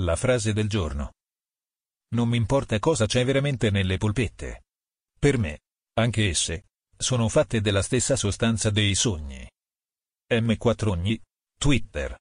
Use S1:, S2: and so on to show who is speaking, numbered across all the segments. S1: La frase del giorno. Non mi importa cosa c'è veramente nelle polpette. Per me, anche esse, sono fatte della stessa sostanza dei sogni. M4 ogni, Twitter.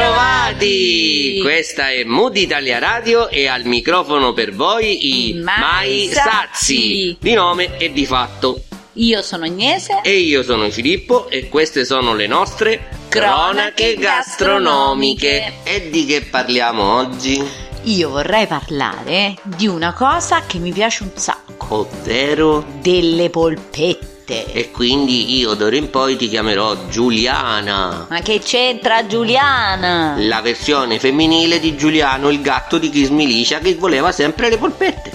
S2: Bentrovati! Questa è Mood Italia Radio e al microfono per voi i
S3: Mai
S2: Mai Sazi
S3: Sazi.
S2: di nome e di fatto.
S3: Io sono Agnese.
S2: E io sono Filippo e queste sono le nostre cronache
S3: Cronache
S2: gastronomiche.
S3: gastronomiche.
S2: E di che parliamo oggi?
S3: Io vorrei parlare di una cosa che mi piace un sacco,
S2: Ovvero?
S3: delle polpette.
S2: E quindi io d'ora in poi ti chiamerò Giuliana.
S3: Ma che c'entra Giuliana?
S2: La versione femminile di Giuliano, il gatto di chi smiliscia che voleva sempre le polpette.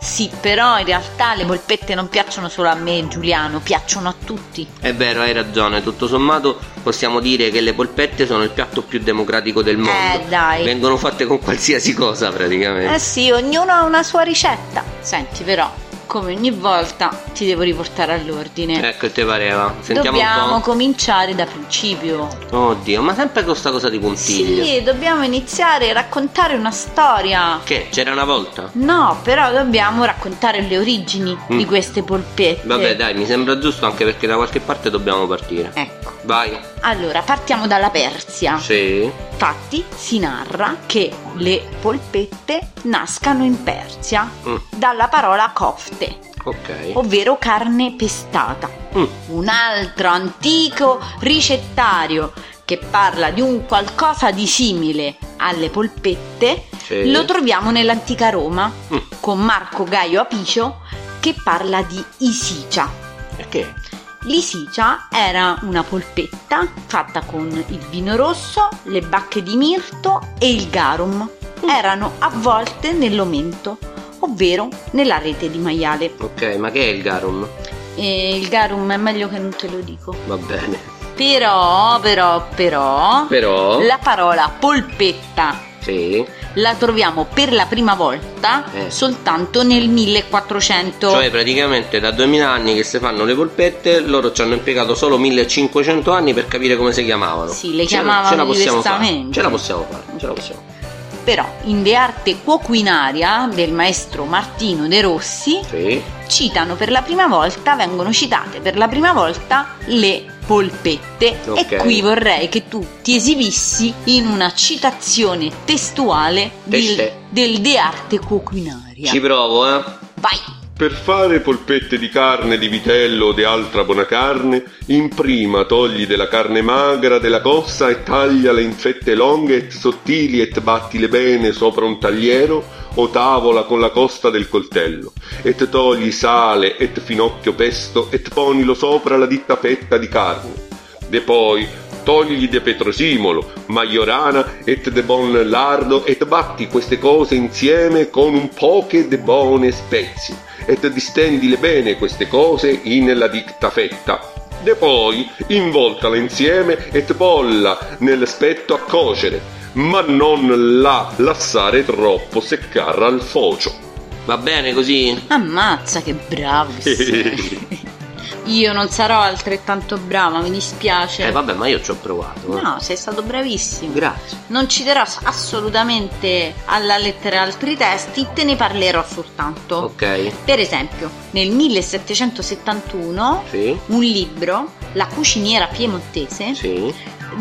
S3: Sì, però in realtà le polpette non piacciono solo a me, Giuliano, piacciono a tutti.
S2: È vero, hai ragione, tutto sommato possiamo dire che le polpette sono il piatto più democratico del mondo.
S3: Eh, dai.
S2: Vengono fatte con qualsiasi cosa praticamente.
S3: Eh sì, ognuno ha una sua ricetta. Senti, però, come ogni volta, ti devo riportare all'ordine.
S2: Ecco, che te pareva. Sentiamo
S3: Dobbiamo
S2: un
S3: cominciare da principio.
S2: po'. Oddio, ma sempre con sta cosa di puntiglio.
S3: Sì, dobbiamo iniziare a raccontare una storia.
S2: Che? C'era una volta?
S3: No, però dobbiamo raccontare le origini
S2: Mm.
S3: di queste polpette.
S2: Vabbè, dai, mi sembra giusto anche perché da qualche parte dobbiamo partire.
S3: Ecco.
S2: Vai.
S3: Allora, partiamo dalla Persia.
S2: Sì.
S3: Infatti, si narra che le polpette nascano in Persia
S2: Mm,
S3: dalla parola kofte,
S2: ok.
S3: ovvero carne pestata.
S2: Mm,
S3: Un altro antico ricettario che parla di un qualcosa di simile alle polpette
S2: sì.
S3: lo troviamo nell'antica Roma
S2: Mm,
S3: con Marco Gaio Apicio che parla di Isicia.
S2: perché?
S3: L'isicia era una polpetta fatta con il vino rosso, le bacche di mirto e il garum.
S2: Mm.
S3: Erano avvolte nell'omento, ovvero nella rete di maiale.
S2: Ok, ma che è il garum?
S3: E il garum è meglio che non te lo dico.
S2: Va bene.
S3: Però, però, però,
S2: Però.
S3: la parola polpetta
S2: Sì.
S3: la troviamo per la prima volta
S2: Eh.
S3: soltanto nel 1400.
S2: Cioè praticamente da 2000 anni che si fanno le polpette, loro ci hanno impiegato solo 1500 anni per capire come si chiamavano.
S3: Sì, le
S2: Ce la-
S3: chiamavano
S2: ce la possiamo fare.
S3: diversamente.
S2: Ce la possiamo fare, ce la possiamo.
S3: Però, in De Arte Cuoquinaria del maestro Martino De Rossi,
S2: Sì.
S3: citano per la prima volta, vengono citate per la prima volta le polpette
S2: Ok.
S3: e qui vorrei che tu ti esibissi in una citazione testuale del,
S2: Testè.
S3: del De Arte Cuoquinaria.
S2: Ci provo, eh.
S3: Vai!
S4: Per fare polpette di carne di vitello o di altra buona carne, in prima togli della carne magra della cossa e tagliala in fette longhe e sottili e battile bene sopra un tagliero o tavola con la costa del coltello. E togli sale e finocchio pesto e ponilo sopra la ditta fetta di carne. De poi togli de petrosimolo, maiorana et de bon lardo et batti queste cose insieme con un poche de buone spezie et distendile bene queste cose in la dicta fetta. De poi involtala insieme et bolla nel spetto a cocere, ma non la lasciare troppo seccarra al focio.
S2: Va bene così?
S3: Ammazza che bravo che sei. Io non sarò altrettanto brava, mi dispiace.
S2: Eh vabbè, ma io ci ho provato. eh.
S3: No, sei stato bravissimo.
S2: Grazie.
S3: Non citerò assolutamente alla lettera altri testi, te ne parlerò soltanto.
S2: Ok.
S3: Per esempio, nel 1771
S2: Sì.
S3: un libro, La cuciniera piemontese,
S2: Sì.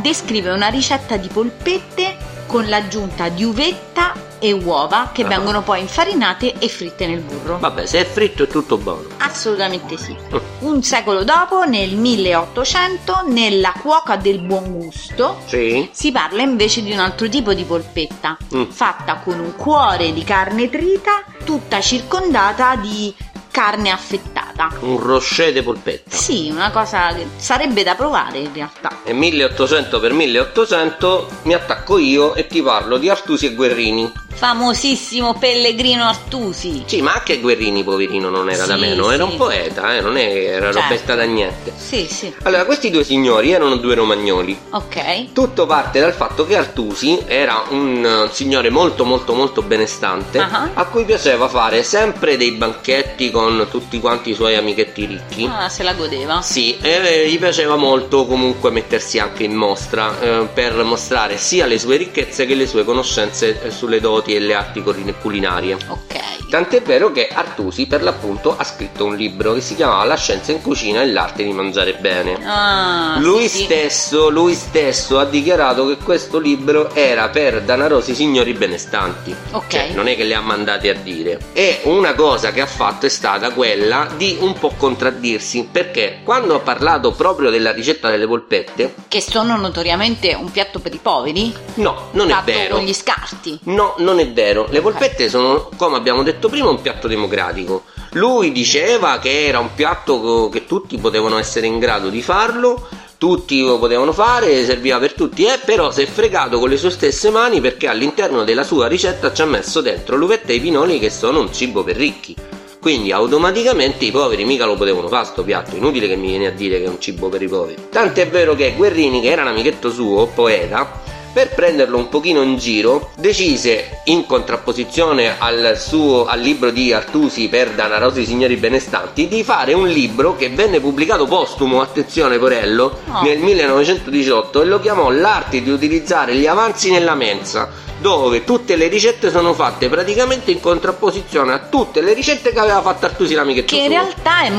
S3: descrive una ricetta di polpette con l'aggiunta di uvetta e uova che
S2: Ah.
S3: vengono poi infarinate e fritte nel burro.
S2: Vabbè, se è fritto è tutto buono.
S3: Assolutamente sì.
S2: Mm.
S3: Un secolo dopo, nel 1800, nella cuoca del buon gusto,
S2: Sì.
S3: si parla invece di un altro tipo di polpetta,
S2: Mm.
S3: fatta con un cuore di carne trita, tutta circondata di carne affettata. polpetta.
S2: Un rocher de polpetta.
S3: Sì, una cosa che sarebbe da provare in realtà.
S2: E 1800 per 1800 mi attacco io e ti parlo di Artusi e Guerrini.
S3: Famosissimo Pellegrino Artusi.
S2: Sì, ma anche Guerrini, poverino, non era da
S3: Sì,
S2: meno, era
S3: sì.
S2: un poeta, eh, non è che era
S3: Certo.
S2: robetta da niente.
S3: Sì, sì.
S2: Allora, questi due signori erano due romagnoli.
S3: Ok.
S2: Tutto parte dal fatto che Artusi era un eh, signore molto molto molto benestante
S3: Ah.
S2: a cui piaceva fare sempre dei banchetti con tutti quanti i suoi amichetti ricchi.
S3: Ah, se la godeva.
S2: Sì, e eh, gli piaceva molto comunque mettersi anche in mostra eh, per mostrare sia le sue ricchezze che le sue conoscenze eh, sulle doti e le arti cori- culinarie.
S3: Ok.
S2: Tant'è vero che Artusi per l'appunto ha scritto un libro che si chiamava La scienza in cucina e l'arte di mangiare bene.
S3: Ah,
S2: Lui
S3: sì, sì.
S2: stesso, lui stesso ha dichiarato che questo libro era per danarosi signori benestanti.
S3: Ok.
S2: Cioè, non è che le ha mandate a dire. E una cosa che ha fatto è stata quella di un po' contraddirsi, perché quando ha parlato proprio della ricetta delle polpette,
S3: Che sono notoriamente un piatto per i poveri.
S2: no, non è
S3: fatto
S2: vero.
S3: con gli scarti.
S2: No, non è vero. Le polpette sono, come abbiamo detto prima, un piatto democratico. Lui diceva che era un piatto co- che tutti potevano essere in grado di farlo, tutti lo potevano fare, serviva per tutti, eh, però si è fregato con le sue stesse mani perché all'interno della sua ricetta ci ha messo dentro l'uvetta e i pinoli che sono un cibo per ricchi. Quindi automaticamente i poveri mica lo potevano fare sto piatto, inutile che mi viene a dire che è un cibo per i poveri. Tant'è vero che Guerrini, che era un amichetto suo, poeta, per prenderlo un pochino in giro, decise, in contrapposizione al suo al libro di Artusi per Danarosi Signori Benestanti, di fare un libro che venne pubblicato postumo, attenzione Porello,
S3: Oh.
S2: nel 1918 e lo chiamò L'arte di utilizzare gli avanzi nella mensa, dove tutte le ricette sono fatte praticamente in contrapposizione a tutte le ricette che aveva fatto Artusi l'amichetto
S3: Che in
S2: suo.
S3: realtà è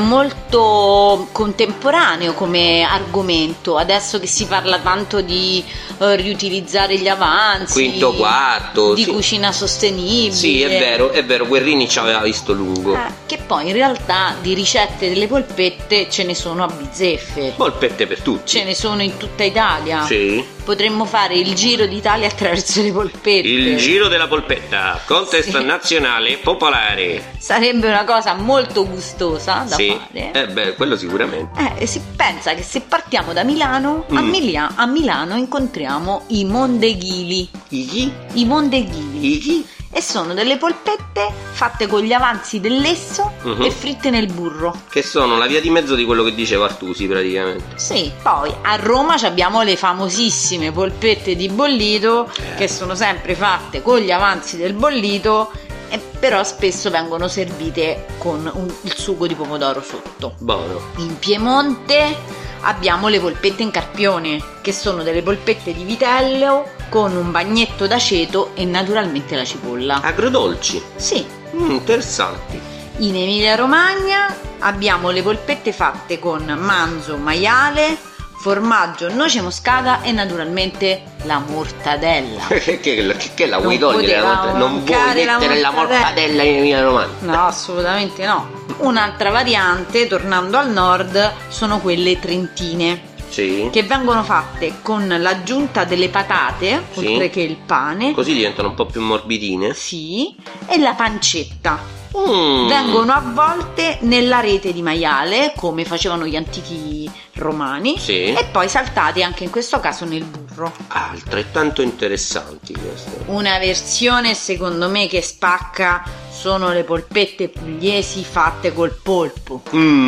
S3: molto contemporaneo come argomento, adesso che si parla tanto di eh, riutilizzare gli avanzi,
S2: Quinto, quarto,
S3: di
S2: sì.
S3: cucina sostenibile.
S2: Sì, è vero, è vero, Guerrini ci aveva visto lungo.
S3: Eh, che poi in realtà di ricette delle polpette ce ne sono a bizzeffe,
S2: Polpette per tutti.
S3: ce ne sono in tutta Italia.
S2: Sì.
S3: Potremmo fare il giro d'Italia attraverso le polpette.
S2: Il giro della polpetta, contest
S3: Sì.
S2: nazionale popolare.
S3: Sarebbe una cosa molto gustosa da
S2: sì,
S3: fare.
S2: eh beh, quello sicuramente.
S3: Eh, e si pensa che se partiamo da Milano, a,
S2: Mm.
S3: Milia- a Milano incontriamo i mondeghili.
S2: I chi?
S3: I mondeghili.
S2: I chi?
S3: E sono delle polpette fatte con gli avanzi del lesso
S2: Mhm.
S3: e fritte nel burro.
S2: Che sono la via di mezzo di quello che diceva Artusi praticamente.
S3: Sì, poi a Roma ci abbiamo le famosissime polpette di bollito
S2: Eh.
S3: che sono sempre fatte con gli avanzi del bollito, e però spesso vengono servite con un- il sugo di pomodoro sotto.
S2: Buono.
S3: In Piemonte abbiamo le polpette in carpione, che sono delle polpette di vitello con un bagnetto d'aceto e naturalmente la cipolla.
S2: Agrodolci.
S3: Sì,
S2: Mm, interessanti.
S3: in Emilia-Romagna abbiamo le polpette fatte con manzo, maiale, formaggio, noce moscata e naturalmente la mortadella.
S2: che, che- che la
S3: Non
S2: vuoi togliere? la
S3: poteva
S2: mortadella? non vuoi
S3: mancare la
S2: mettere la
S3: mortadella.
S2: mortadella in Emilia Romagna?
S3: No, assolutamente no. Un'altra variante, tornando al nord, sono quelle trentine.
S2: Sì.
S3: che vengono fatte con l'aggiunta delle patate,
S2: Sì.
S3: oltre che il pane,
S2: Così diventano un po' più morbidine.
S3: sì, e la pancetta.
S2: Mm.
S3: Vengono avvolte nella rete di maiale, come facevano gli antichi romani,
S2: Sì.
S3: e poi saltate anche in questo caso nel burro.
S2: Altrettanto interessanti queste.
S3: Una versione secondo me che spacca sono le polpette pugliesi fatte col polpo.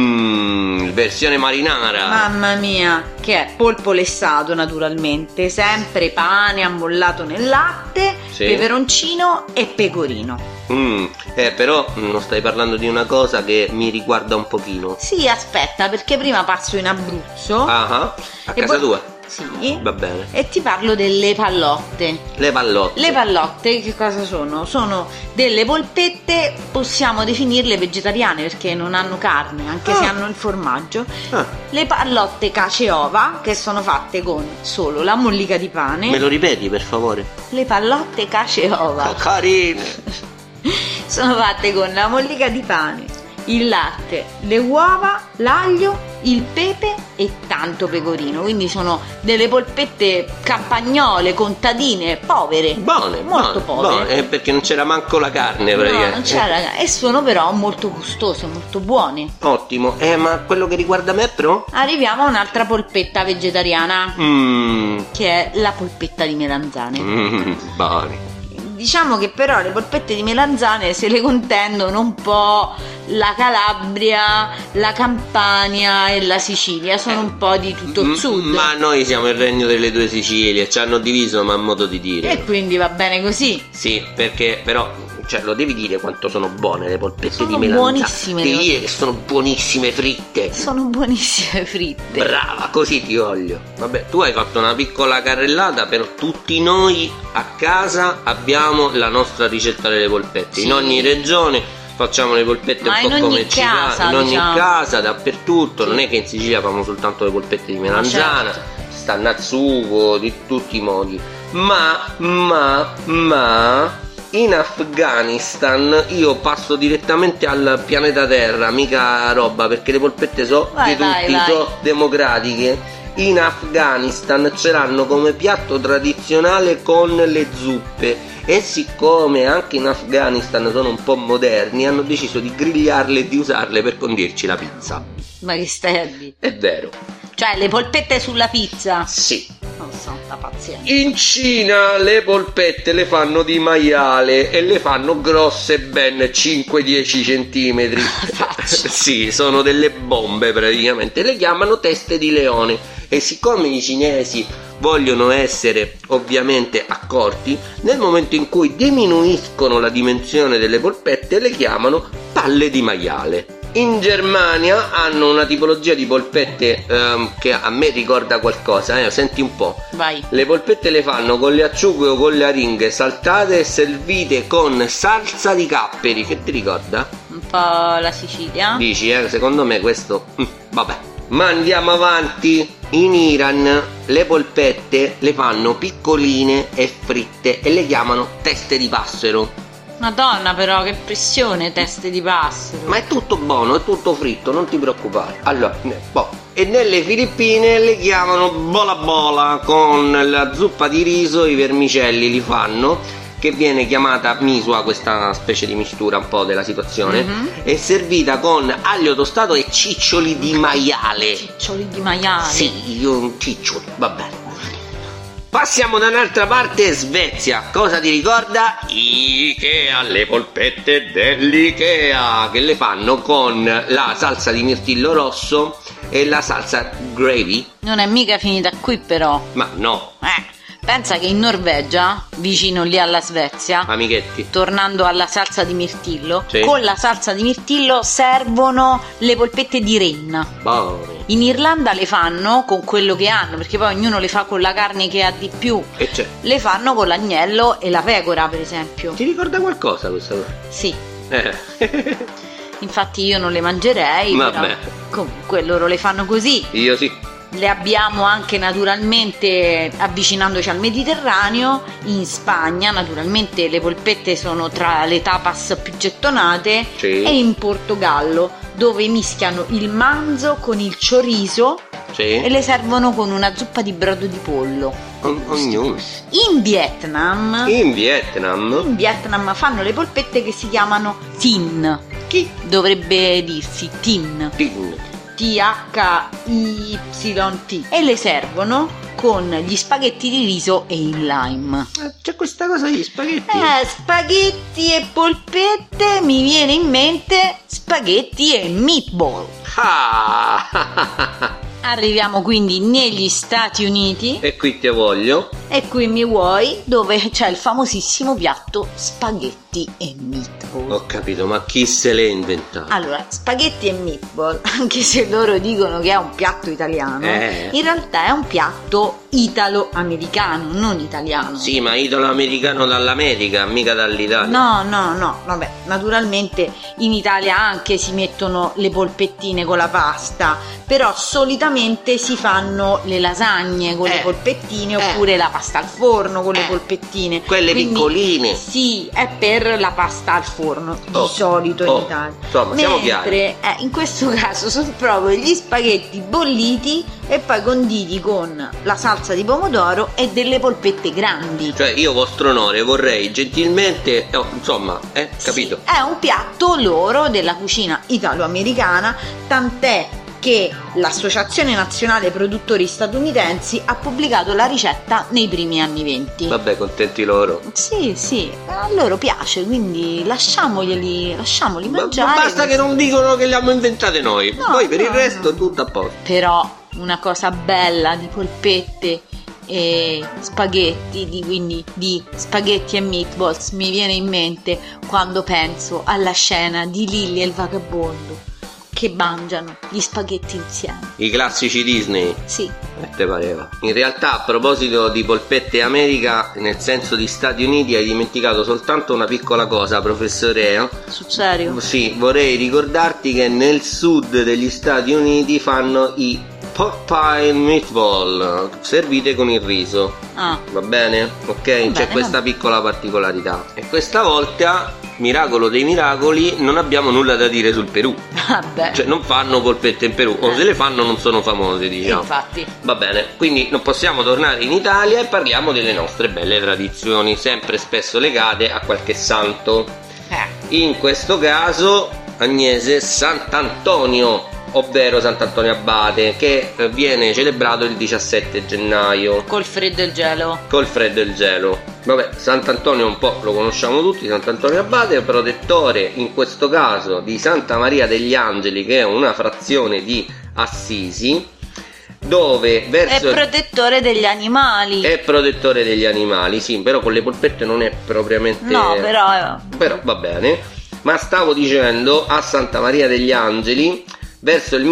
S2: Mmm, versione marinara.
S3: Mamma mia, che è polpo lessato naturalmente, sempre pane ammollato nel latte,
S2: Sì.
S3: peperoncino e pecorino.
S2: Mm, eh, però mm, non stai parlando di una cosa che mi riguarda un pochino.
S3: Sì, aspetta, perché prima passo in Abruzzo.
S2: Ah, ah, a
S3: e
S2: casa
S3: poi-
S2: tua?
S3: Sì.
S2: Va bene.
S3: E ti parlo delle pallotte.
S2: Le pallotte.
S3: Le pallotte che cosa sono? Sono delle polpette, possiamo definirle vegetariane perché non hanno carne, anche se
S2: Ah.
S3: hanno il formaggio.
S2: Ah.
S3: Le pallotte caceova che sono fatte con solo la mollica di pane.
S2: Me lo ripeti per favore? Ah,
S3: Le pallotte caceova
S2: Carine.
S3: sono fatte con la mollica di pane, il latte, le uova, l'aglio il pepe e tanto pecorino. Quindi sono delle polpette campagnole, contadine, povere.
S2: Buone,
S3: molto
S2: buone,
S3: povere.
S2: buone, eh, perché non c'era manco la carne
S3: No,
S2: Eh, praticamente.
S3: non c'era, e sono però molto gustose, molto buone.
S2: Ottimo, eh, ma quello che riguarda me, però?
S3: Arriviamo a un'altra polpetta vegetariana,
S2: Mmm,
S3: che è la polpetta di melanzane.
S2: mmm, buoni.
S3: Diciamo che però le polpette di melanzane se le contendono un po' la Calabria, la Campania e la Sicilia, sono un po' di tutto il
S2: Mm,
S3: sud.
S2: Ma noi siamo il regno delle due Sicilie, ci hanno diviso, ma a modo di dire.
S3: E quindi va bene così.
S2: Sì, perché però cioè, lo devi dire quanto sono buone le polpette
S3: Sono
S2: di melanzane.
S3: buonissime,
S2: Devi
S3: no?
S2: dire che sono buonissime fritte.
S3: Sono buonissime fritte.
S2: Brava, così ti voglio. Vabbè, tu hai fatto una piccola carrellata, però tutti noi a casa abbiamo la nostra ricetta delle polpette.
S3: Sì.
S2: In ogni regione facciamo le polpette
S3: Ma
S2: un po'
S3: in
S2: come
S3: ogni
S2: ci va,
S3: casa,
S2: in ogni
S3: diciamo.
S2: casa, dappertutto.
S3: Sì.
S2: Non è che in Sicilia fanno soltanto le polpette di melanzana,
S3: certo.
S2: stannazzugo, di tutti i modi. Ma, ma, ma. In Afghanistan io passo direttamente al pianeta Terra, mica roba, perché le polpette so
S3: Vai,
S2: di tutti,
S3: vai, vai.
S2: so democratiche. In Afghanistan ce l'hanno come piatto tradizionale con le zuppe e siccome anche in Afghanistan sono un po' moderni hanno deciso di grigliarle e di usarle per condirci la pizza.
S3: Ma che stai a dire?
S2: È vero.
S3: Cioè le polpette sulla pizza.
S2: Sì.
S3: Oh santa pazienza.
S2: In Cina le polpette le fanno di maiale e le fanno grosse ben 5-10 cm.
S3: Faccio.
S2: sì, sono delle bombe praticamente. Le chiamano teste di leone. E siccome i cinesi vogliono essere ovviamente accorti, nel momento in cui diminuiscono la dimensione delle polpette le chiamano palle di maiale. In Germania hanno una tipologia di polpette ehm, che a me ricorda qualcosa, eh, senti un po'.
S3: Vai.
S2: Le polpette le fanno con le acciughe o con le aringhe saltate e servite con salsa di capperi. Che ti ricorda?
S3: Un po' la Sicilia.
S2: Dici, eh, secondo me questo. mm, Vabbè. Ma andiamo avanti. In Iran le polpette le fanno piccoline e fritte e le chiamano teste di passero.
S3: Madonna però che pressione teste di passero.
S2: Ma è tutto buono, è tutto fritto, non ti preoccupare. Allora, ne- boh. E nelle Filippine le chiamano bola bola con la zuppa di riso, i vermicelli li fanno, che viene chiamata misua, questa specie di mistura un po' della situazione,
S3: Mhm.
S2: è servita con aglio tostato e ciccioli di maiale.
S3: Ciccioli di
S2: Ah,
S3: maiale.
S2: Sì, io un cicciolo, va bene. Passiamo da un'altra parte, Svezia. Cosa ti ricorda? Ikea, le polpette dell'Ikea, che le fanno con la salsa di mirtillo rosso e la salsa gravy.
S3: Non è mica finita qui però.
S2: Ma no,
S3: Eh, pensa che in Norvegia, vicino lì alla Svezia,
S2: amichetti.
S3: tornando alla salsa di mirtillo,
S2: Sì.
S3: con la salsa di mirtillo servono le polpette di renna.
S2: Buone.
S3: In Irlanda le fanno con quello che hanno, perché poi ognuno le fa con la carne che ha di più.
S2: E c'è.
S3: Le fanno con l'agnello e la pecora, per esempio.
S2: Ti ricorda qualcosa questa cosa?
S3: Sì,
S2: Eh.
S3: infatti io non le mangerei,
S2: Vabbè.
S3: però comunque loro le fanno così.
S2: Io sì.
S3: Le abbiamo anche naturalmente avvicinandoci al Mediterraneo, in Spagna naturalmente le polpette sono tra le tapas più gettonate
S2: Sì.
S3: e in Portogallo dove mischiano il manzo con il chorizo e
S2: Sì.
S3: le servono con una zuppa di brodo di pollo.
S2: O- ognuno.
S3: In Vietnam,
S2: In Vietnam.
S3: in Vietnam fanno le polpette che si chiamano tin,
S2: Chi?
S3: dovrebbe dirsi tin.
S2: Tin.
S3: THYT e le servono con gli spaghetti di riso e il lime.
S2: Eh, C'è questa cosa degli spaghetti.
S3: Eh, spaghetti e polpette mi viene in mente spaghetti e meatball.
S2: Ah!
S3: Arriviamo quindi negli Stati Uniti
S2: e qui ti voglio.
S3: e qui mi vuoi dove c'è il famosissimo piatto spaghetti e meatball.
S2: Ho capito, ma chi se l'è inventato?
S3: Allora, spaghetti e meatball, anche se loro dicono che è un piatto italiano,
S2: Eh.
S3: in realtà è un piatto italo-americano, non italiano.
S2: Sì, ma italo-americano dall'America, mica dall'Italia.
S3: No, no, no, vabbè, naturalmente in Italia anche si mettono le polpettine con la pasta, però solitamente si fanno le lasagne con
S2: Eh.
S3: le polpettine
S2: Eh.
S3: oppure la pasta al forno con
S2: Eh.
S3: le polpettine.
S2: Quelle
S3: Quindi,
S2: piccoline.
S3: Sì, è per la pasta al forno, di
S2: Oh,
S3: solito
S2: oh,
S3: in Italia.
S2: Insomma, siamo chiari.
S3: Mentre eh, in questo caso sono proprio gli spaghetti bolliti e poi conditi con la salsa di pomodoro e delle polpette grandi.
S2: Cioè, io vostro onore vorrei gentilmente, eh, insomma, eh, capito?
S3: Sì, è un piatto loro della cucina italo-americana, tant'è che l'Associazione Nazionale Produttori Statunitensi ha pubblicato la ricetta nei primi anni 20.
S2: Vabbè, contenti loro.
S3: Sì, sì, a loro piace, quindi lasciamoglieli, lasciamoli
S2: Ma- ma
S3: mangiare.
S2: basta che non dicono che le abbiamo inventate noi.
S3: eh, No,
S2: Poi per il
S3: no,
S2: resto
S3: no.
S2: tutto a posto.
S3: però una cosa bella di polpette e spaghetti, di, quindi di spaghetti e meatballs, mi viene in mente quando penso alla scena di Lilly e il vagabondo che mangiano gli spaghetti insieme.
S2: I classici Disney.
S3: Sì,
S2: Eh, te pareva. In realtà, a proposito di polpette America, nel senso di Stati Uniti, hai dimenticato soltanto una piccola cosa, professore. eh?
S3: sul serio.
S2: Sì, vorrei ricordarti che nel sud degli Stati Uniti fanno i Popeye Meatball, servite con il riso.
S3: Ah,
S2: Va bene? Ok, c'è
S3: bene,
S2: questa
S3: va
S2: piccola particolarità. E questa volta, miracolo dei miracoli, non abbiamo nulla da dire sul Perù.
S3: vabbè.
S2: Cioè, non fanno polpette in Perù, o
S3: Eh.
S2: se le fanno non sono famose, diciamo.
S3: Infatti,
S2: Va bene, quindi non possiamo tornare in Italia e parliamo delle nostre belle tradizioni, sempre spesso legate a qualche santo.
S3: eh,
S2: In questo caso Agnese Sant'Antonio, ovvero Sant'Antonio Abate, che eh, viene celebrato il 17 gennaio
S3: col freddo e il gelo.
S2: col freddo e il gelo. Vabbè, Sant'Antonio un po' lo conosciamo tutti, Sant'Antonio Abate, protettore in questo caso di Santa Maria degli Angeli, che è una frazione di Assisi, dove
S3: È
S2: verso...
S3: protettore degli animali.
S2: È protettore degli animali, sì, però con le polpette non è propriamente...
S3: No, però... eh,
S2: Però va bene. Ma stavo dicendo, a Santa Maria degli Angeli, verso il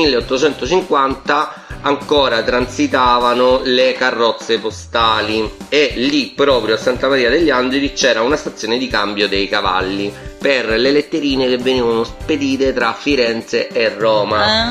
S2: 1850 ancora transitavano le carrozze postali e lì proprio a Santa Maria degli Angeli c'era una stazione di cambio dei cavalli per le letterine che venivano spedite tra Firenze e Roma.
S3: eh,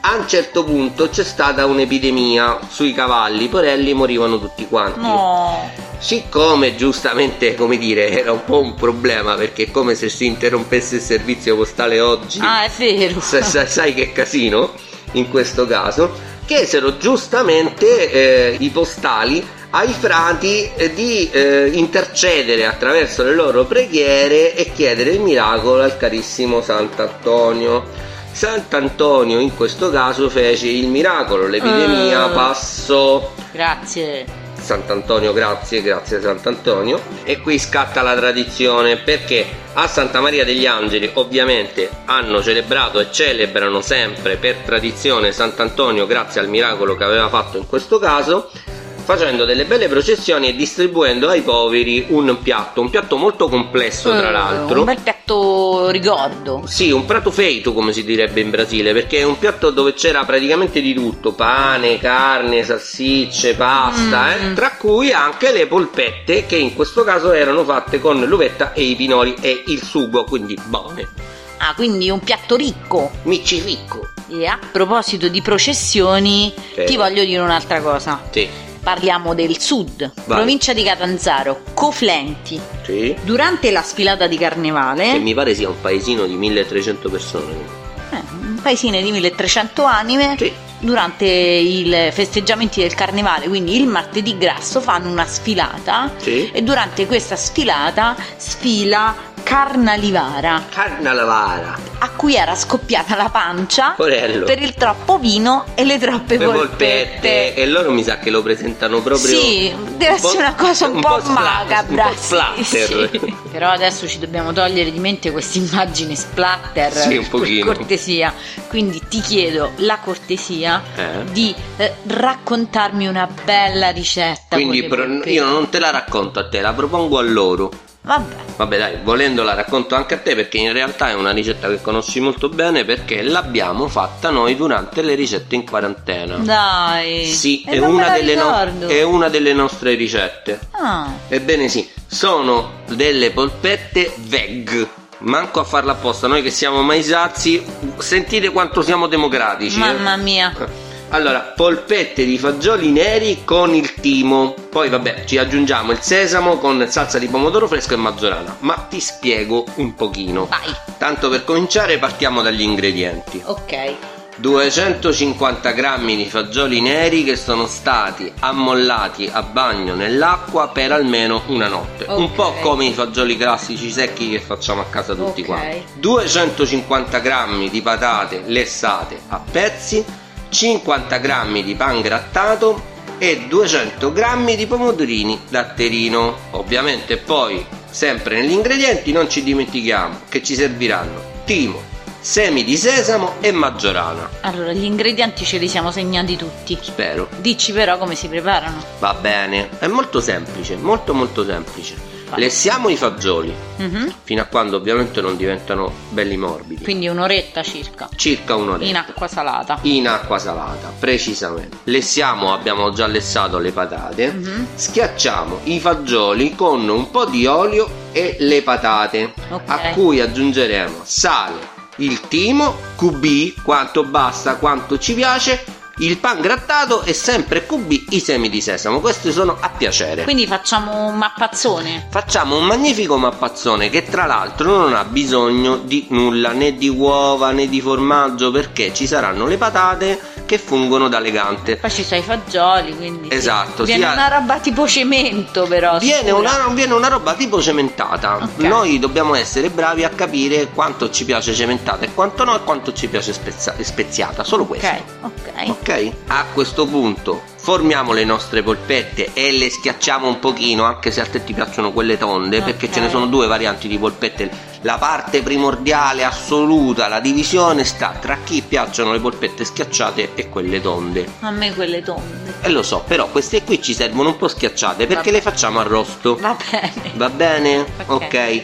S2: A un certo punto c'è stata un'epidemia sui cavalli, i porelli morivano tutti quanti.
S3: no.
S2: Siccome giustamente, come dire, era un po' un problema perché è come se si interrompesse il servizio postale oggi,
S3: Ah, è vero.
S2: Sa- sa- sai che casino in questo caso, chiesero giustamente eh, i postali ai frati eh, di eh, intercedere attraverso le loro preghiere e chiedere il miracolo al carissimo Sant'Antonio. Sant'Antonio in questo caso fece il miracolo, l'epidemia
S3: Eh.
S2: passò.
S3: Grazie.
S2: Sant'Antonio, grazie, grazie Sant'Antonio. E qui scatta la tradizione perché a Santa Maria degli Angeli ovviamente hanno celebrato e celebrano sempre per tradizione Sant'Antonio grazie al miracolo che aveva fatto in questo caso facendo delle belle processioni e distribuendo ai poveri un piatto, un piatto molto complesso tra
S3: Eh,
S2: l'altro.
S3: Un bel piatto ricordo.
S2: Sì, un prato feito come si direbbe in Brasile, perché è un piatto dove c'era praticamente di tutto, pane, carne, salsicce, pasta, eh,
S3: Mm.
S2: tra cui anche le polpette che in questo caso erano fatte con l'uvetta e i pinoli e il sugo, quindi buone.
S3: Ah, quindi un piatto ricco.
S2: Micci ricco.
S3: E a proposito di processioni,
S2: Sì.
S3: ti voglio dire un'altra cosa.
S2: Eh, Sì,
S3: Parliamo del sud, provincia di Catanzaro, Coflenti.
S2: sì.
S3: Eh? Durante la sfilata di
S2: Che
S3: carnevale,
S2: mi pare sia un paesino di 1300 persone.
S3: eh, un paesine di 1300 anime,
S2: Sì.
S3: durante i festeggiamenti del carnevale, quindi il martedì grasso, fanno una sfilata
S2: Sì.
S3: e durante questa sfilata sfila Carnalivara.
S2: Carne alla vara.
S3: a cui era scoppiata la pancia
S2: Porello.
S3: per il troppo vino e le troppe
S2: Le
S3: polpette.
S2: polpette. E loro mi sa che lo presentano proprio...
S3: Sì, deve
S2: un
S3: essere
S2: po'
S3: una cosa un,
S2: un
S3: po',
S2: po' splatter,
S3: macabra.
S2: un po'
S3: sì,
S2: splatter.
S3: sì. Però adesso ci dobbiamo togliere di mente questa immagine splatter.
S2: Sì, un
S3: per
S2: pochino.
S3: cortesia. Quindi ti chiedo la cortesia
S2: Eh?
S3: di eh, raccontarmi una bella ricetta.
S2: Quindi
S3: con le
S2: pro-
S3: polpette.
S2: io non te la racconto a te, la propongo a loro.
S3: Vabbè.
S2: Vabbè dai, volendo la racconto anche a te perché in realtà è una ricetta che conosci molto bene perché l'abbiamo fatta noi durante le ricette in quarantena.
S3: Dai.
S2: Sì,
S3: E
S2: è
S3: non me
S2: una,
S3: la
S2: delle no-
S3: ricordo.
S2: è una delle nostre ricette.
S3: Ah,
S2: Ebbene sì, sono delle polpette veg. Manco a farla apposta, noi che siamo mai sazi, sentite quanto siamo democratici. eh.
S3: mamma mia.
S2: Allora, polpette di fagioli neri con il timo. Poi vabbè, ci aggiungiamo il sesamo con salsa di pomodoro fresco e maggiorana. Ma ti spiego un pochino.
S3: Vai.
S2: Tanto per cominciare partiamo dagli ingredienti.
S3: Ok.
S2: 250 g di fagioli neri che sono stati ammollati a bagno nell'acqua per almeno una notte.
S3: Ok.
S2: Un po' come i fagioli classici secchi che facciamo a casa tutti
S3: Ok.
S2: quanti. 250 g di patate lessate a pezzi, 50 g di pan grattato e 200 g di pomodorini datterino. Ovviamente poi, sempre negli ingredienti, non ci dimentichiamo che ci serviranno timo, semi di sesamo e maggiorana.
S3: Allora, gli ingredienti ce li siamo segnati tutti.
S2: Spero.
S3: Dici però come si preparano.
S2: Va bene, è molto semplice, molto molto semplice. Lessiamo i fagioli,
S3: Mhm.
S2: fino a quando ovviamente non diventano belli morbidi.
S3: Quindi un'oretta circa.
S2: Circa un'oretta.
S3: In acqua salata.
S2: in acqua salata, precisamente. Lessiamo, abbiamo già lessato le patate.
S3: Mhm.
S2: Schiacciamo i fagioli con un po' di olio e le patate,
S3: Ok.
S2: a cui aggiungeremo sale, il timo, QB, quanto basta, quanto ci piace, il pan grattato e sempre QB i semi di sesamo. Questi sono a piacere.
S3: Quindi facciamo un mappazzone.
S2: Facciamo un magnifico mappazzone che tra l'altro non ha bisogno di nulla, né di uova né di formaggio perché ci saranno le patate che fungono da elegante.
S3: Poi ci sono i fagioli, quindi. sì.
S2: Esatto,
S3: Viene
S2: sia-
S3: una roba tipo cemento, però.
S2: Viene
S3: sicura.
S2: una, viene una roba tipo cementata.
S3: Ok.
S2: Noi dobbiamo essere bravi a capire quanto ci piace cementata e quanto no e quanto ci piace spezza- speziata, solo questo.
S3: Ok, ok.
S2: Ok, a questo punto formiamo le nostre polpette e le schiacciamo un pochino, anche se a te ti piacciono quelle tonde,
S3: Ok.
S2: perché ce ne sono due varianti di polpette. La parte primordiale, assoluta, la divisione sta tra chi piacciono le polpette schiacciate e quelle tonde.
S3: A me quelle tonde.
S2: E lo so, però queste qui ci servono un po' schiacciate perché
S3: Vabbè.
S2: le facciamo arrosto.
S3: Va bene.
S2: Va bene?
S3: Ok.
S2: Ok.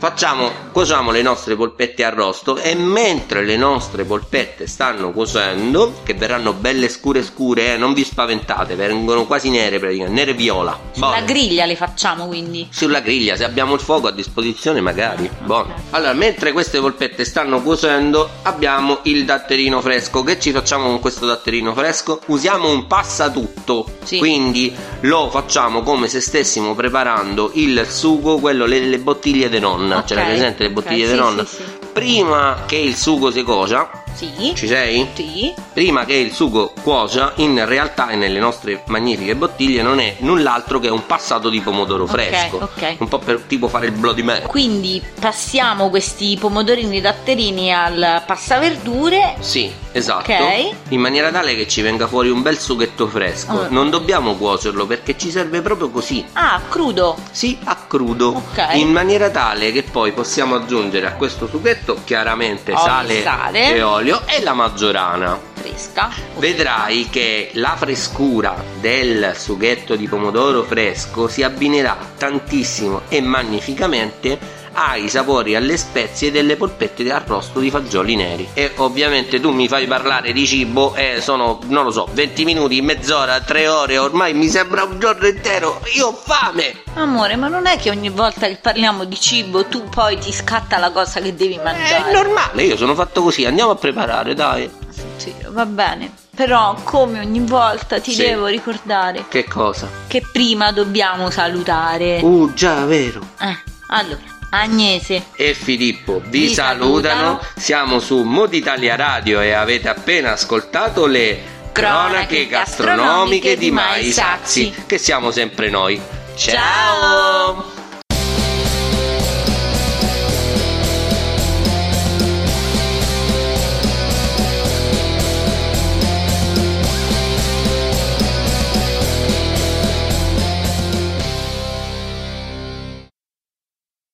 S2: Facciamo, cuociamo le nostre polpette arrosto e mentre le nostre polpette stanno cuocendo, che verranno belle scure scure, eh, non vi spaventate, vengono quasi nere praticamente, nere viola.
S3: La
S2: Buone.
S3: griglia le facciamo quindi.
S2: Sulla griglia, se abbiamo il fuoco a disposizione magari. Buono. Allora, mentre queste polpette stanno cuocendo, abbiamo il datterino fresco. Che ci facciamo con questo datterino fresco? Usiamo un passatutto.
S3: Sì.
S2: Quindi lo facciamo come se stessimo preparando il sugo, quello le, le bottiglie di nonna.
S3: Ok,
S2: C'era presente le
S3: ok,
S2: bottiglie
S3: sì,
S2: di nonna?
S3: sì,
S2: Prima che il sugo si cocia,
S3: Sì.
S2: ci sei?
S3: Sì.
S2: Prima che il sugo cuocia, in realtà e nelle nostre magnifiche bottiglie non è null'altro che un passato di pomodoro
S3: Ok,
S2: fresco.
S3: ok.
S2: Un po' per tipo fare il Bloody Mary.
S3: Quindi passiamo questi pomodorini datterini al passaverdure.
S2: Sì, esatto.
S3: Ok.
S2: In maniera tale che ci venga fuori un bel sughetto fresco.
S3: Ah.
S2: Non dobbiamo cuocerlo perché ci serve proprio così.
S3: Ah, crudo.
S2: Sì, a crudo.
S3: Ok.
S2: In maniera tale che poi possiamo aggiungere a questo sughetto chiaramente
S3: Olio e
S2: sale,
S3: sale.
S2: e olio e la maggiorana.
S3: Fresca.
S2: Vedrai che la frescura del sughetto di pomodoro fresco si abbinerà tantissimo e magnificamente ai sapori e alle spezie delle polpette arrosto di fagioli neri. E ovviamente tu mi fai parlare di cibo e sono, non lo so, 20 minuti, mezz'ora, 3 ore, ormai mi sembra un giorno intero. Io ho fame!
S3: Amore, ma non è che ogni volta che parliamo di cibo tu poi ti scatta la cosa che devi mangiare?
S2: È normale, io sono fatto così, andiamo a preparare, dai.
S3: Sì, va bene. Però come ogni volta ti
S2: Sì.
S3: devo ricordare
S2: Che cosa?
S3: che prima dobbiamo salutare.
S2: Uh, già, vero.
S3: Eh, allora, Agnese,
S2: e Filippo vi,
S3: Vi
S2: salutano.
S3: salutano.
S2: Siamo su Mod Italia Radio e avete appena ascoltato le
S3: Cronache
S2: cronache gastronomiche di Mai Sazzi, che siamo sempre noi.
S3: Ciao!
S2: Ciao.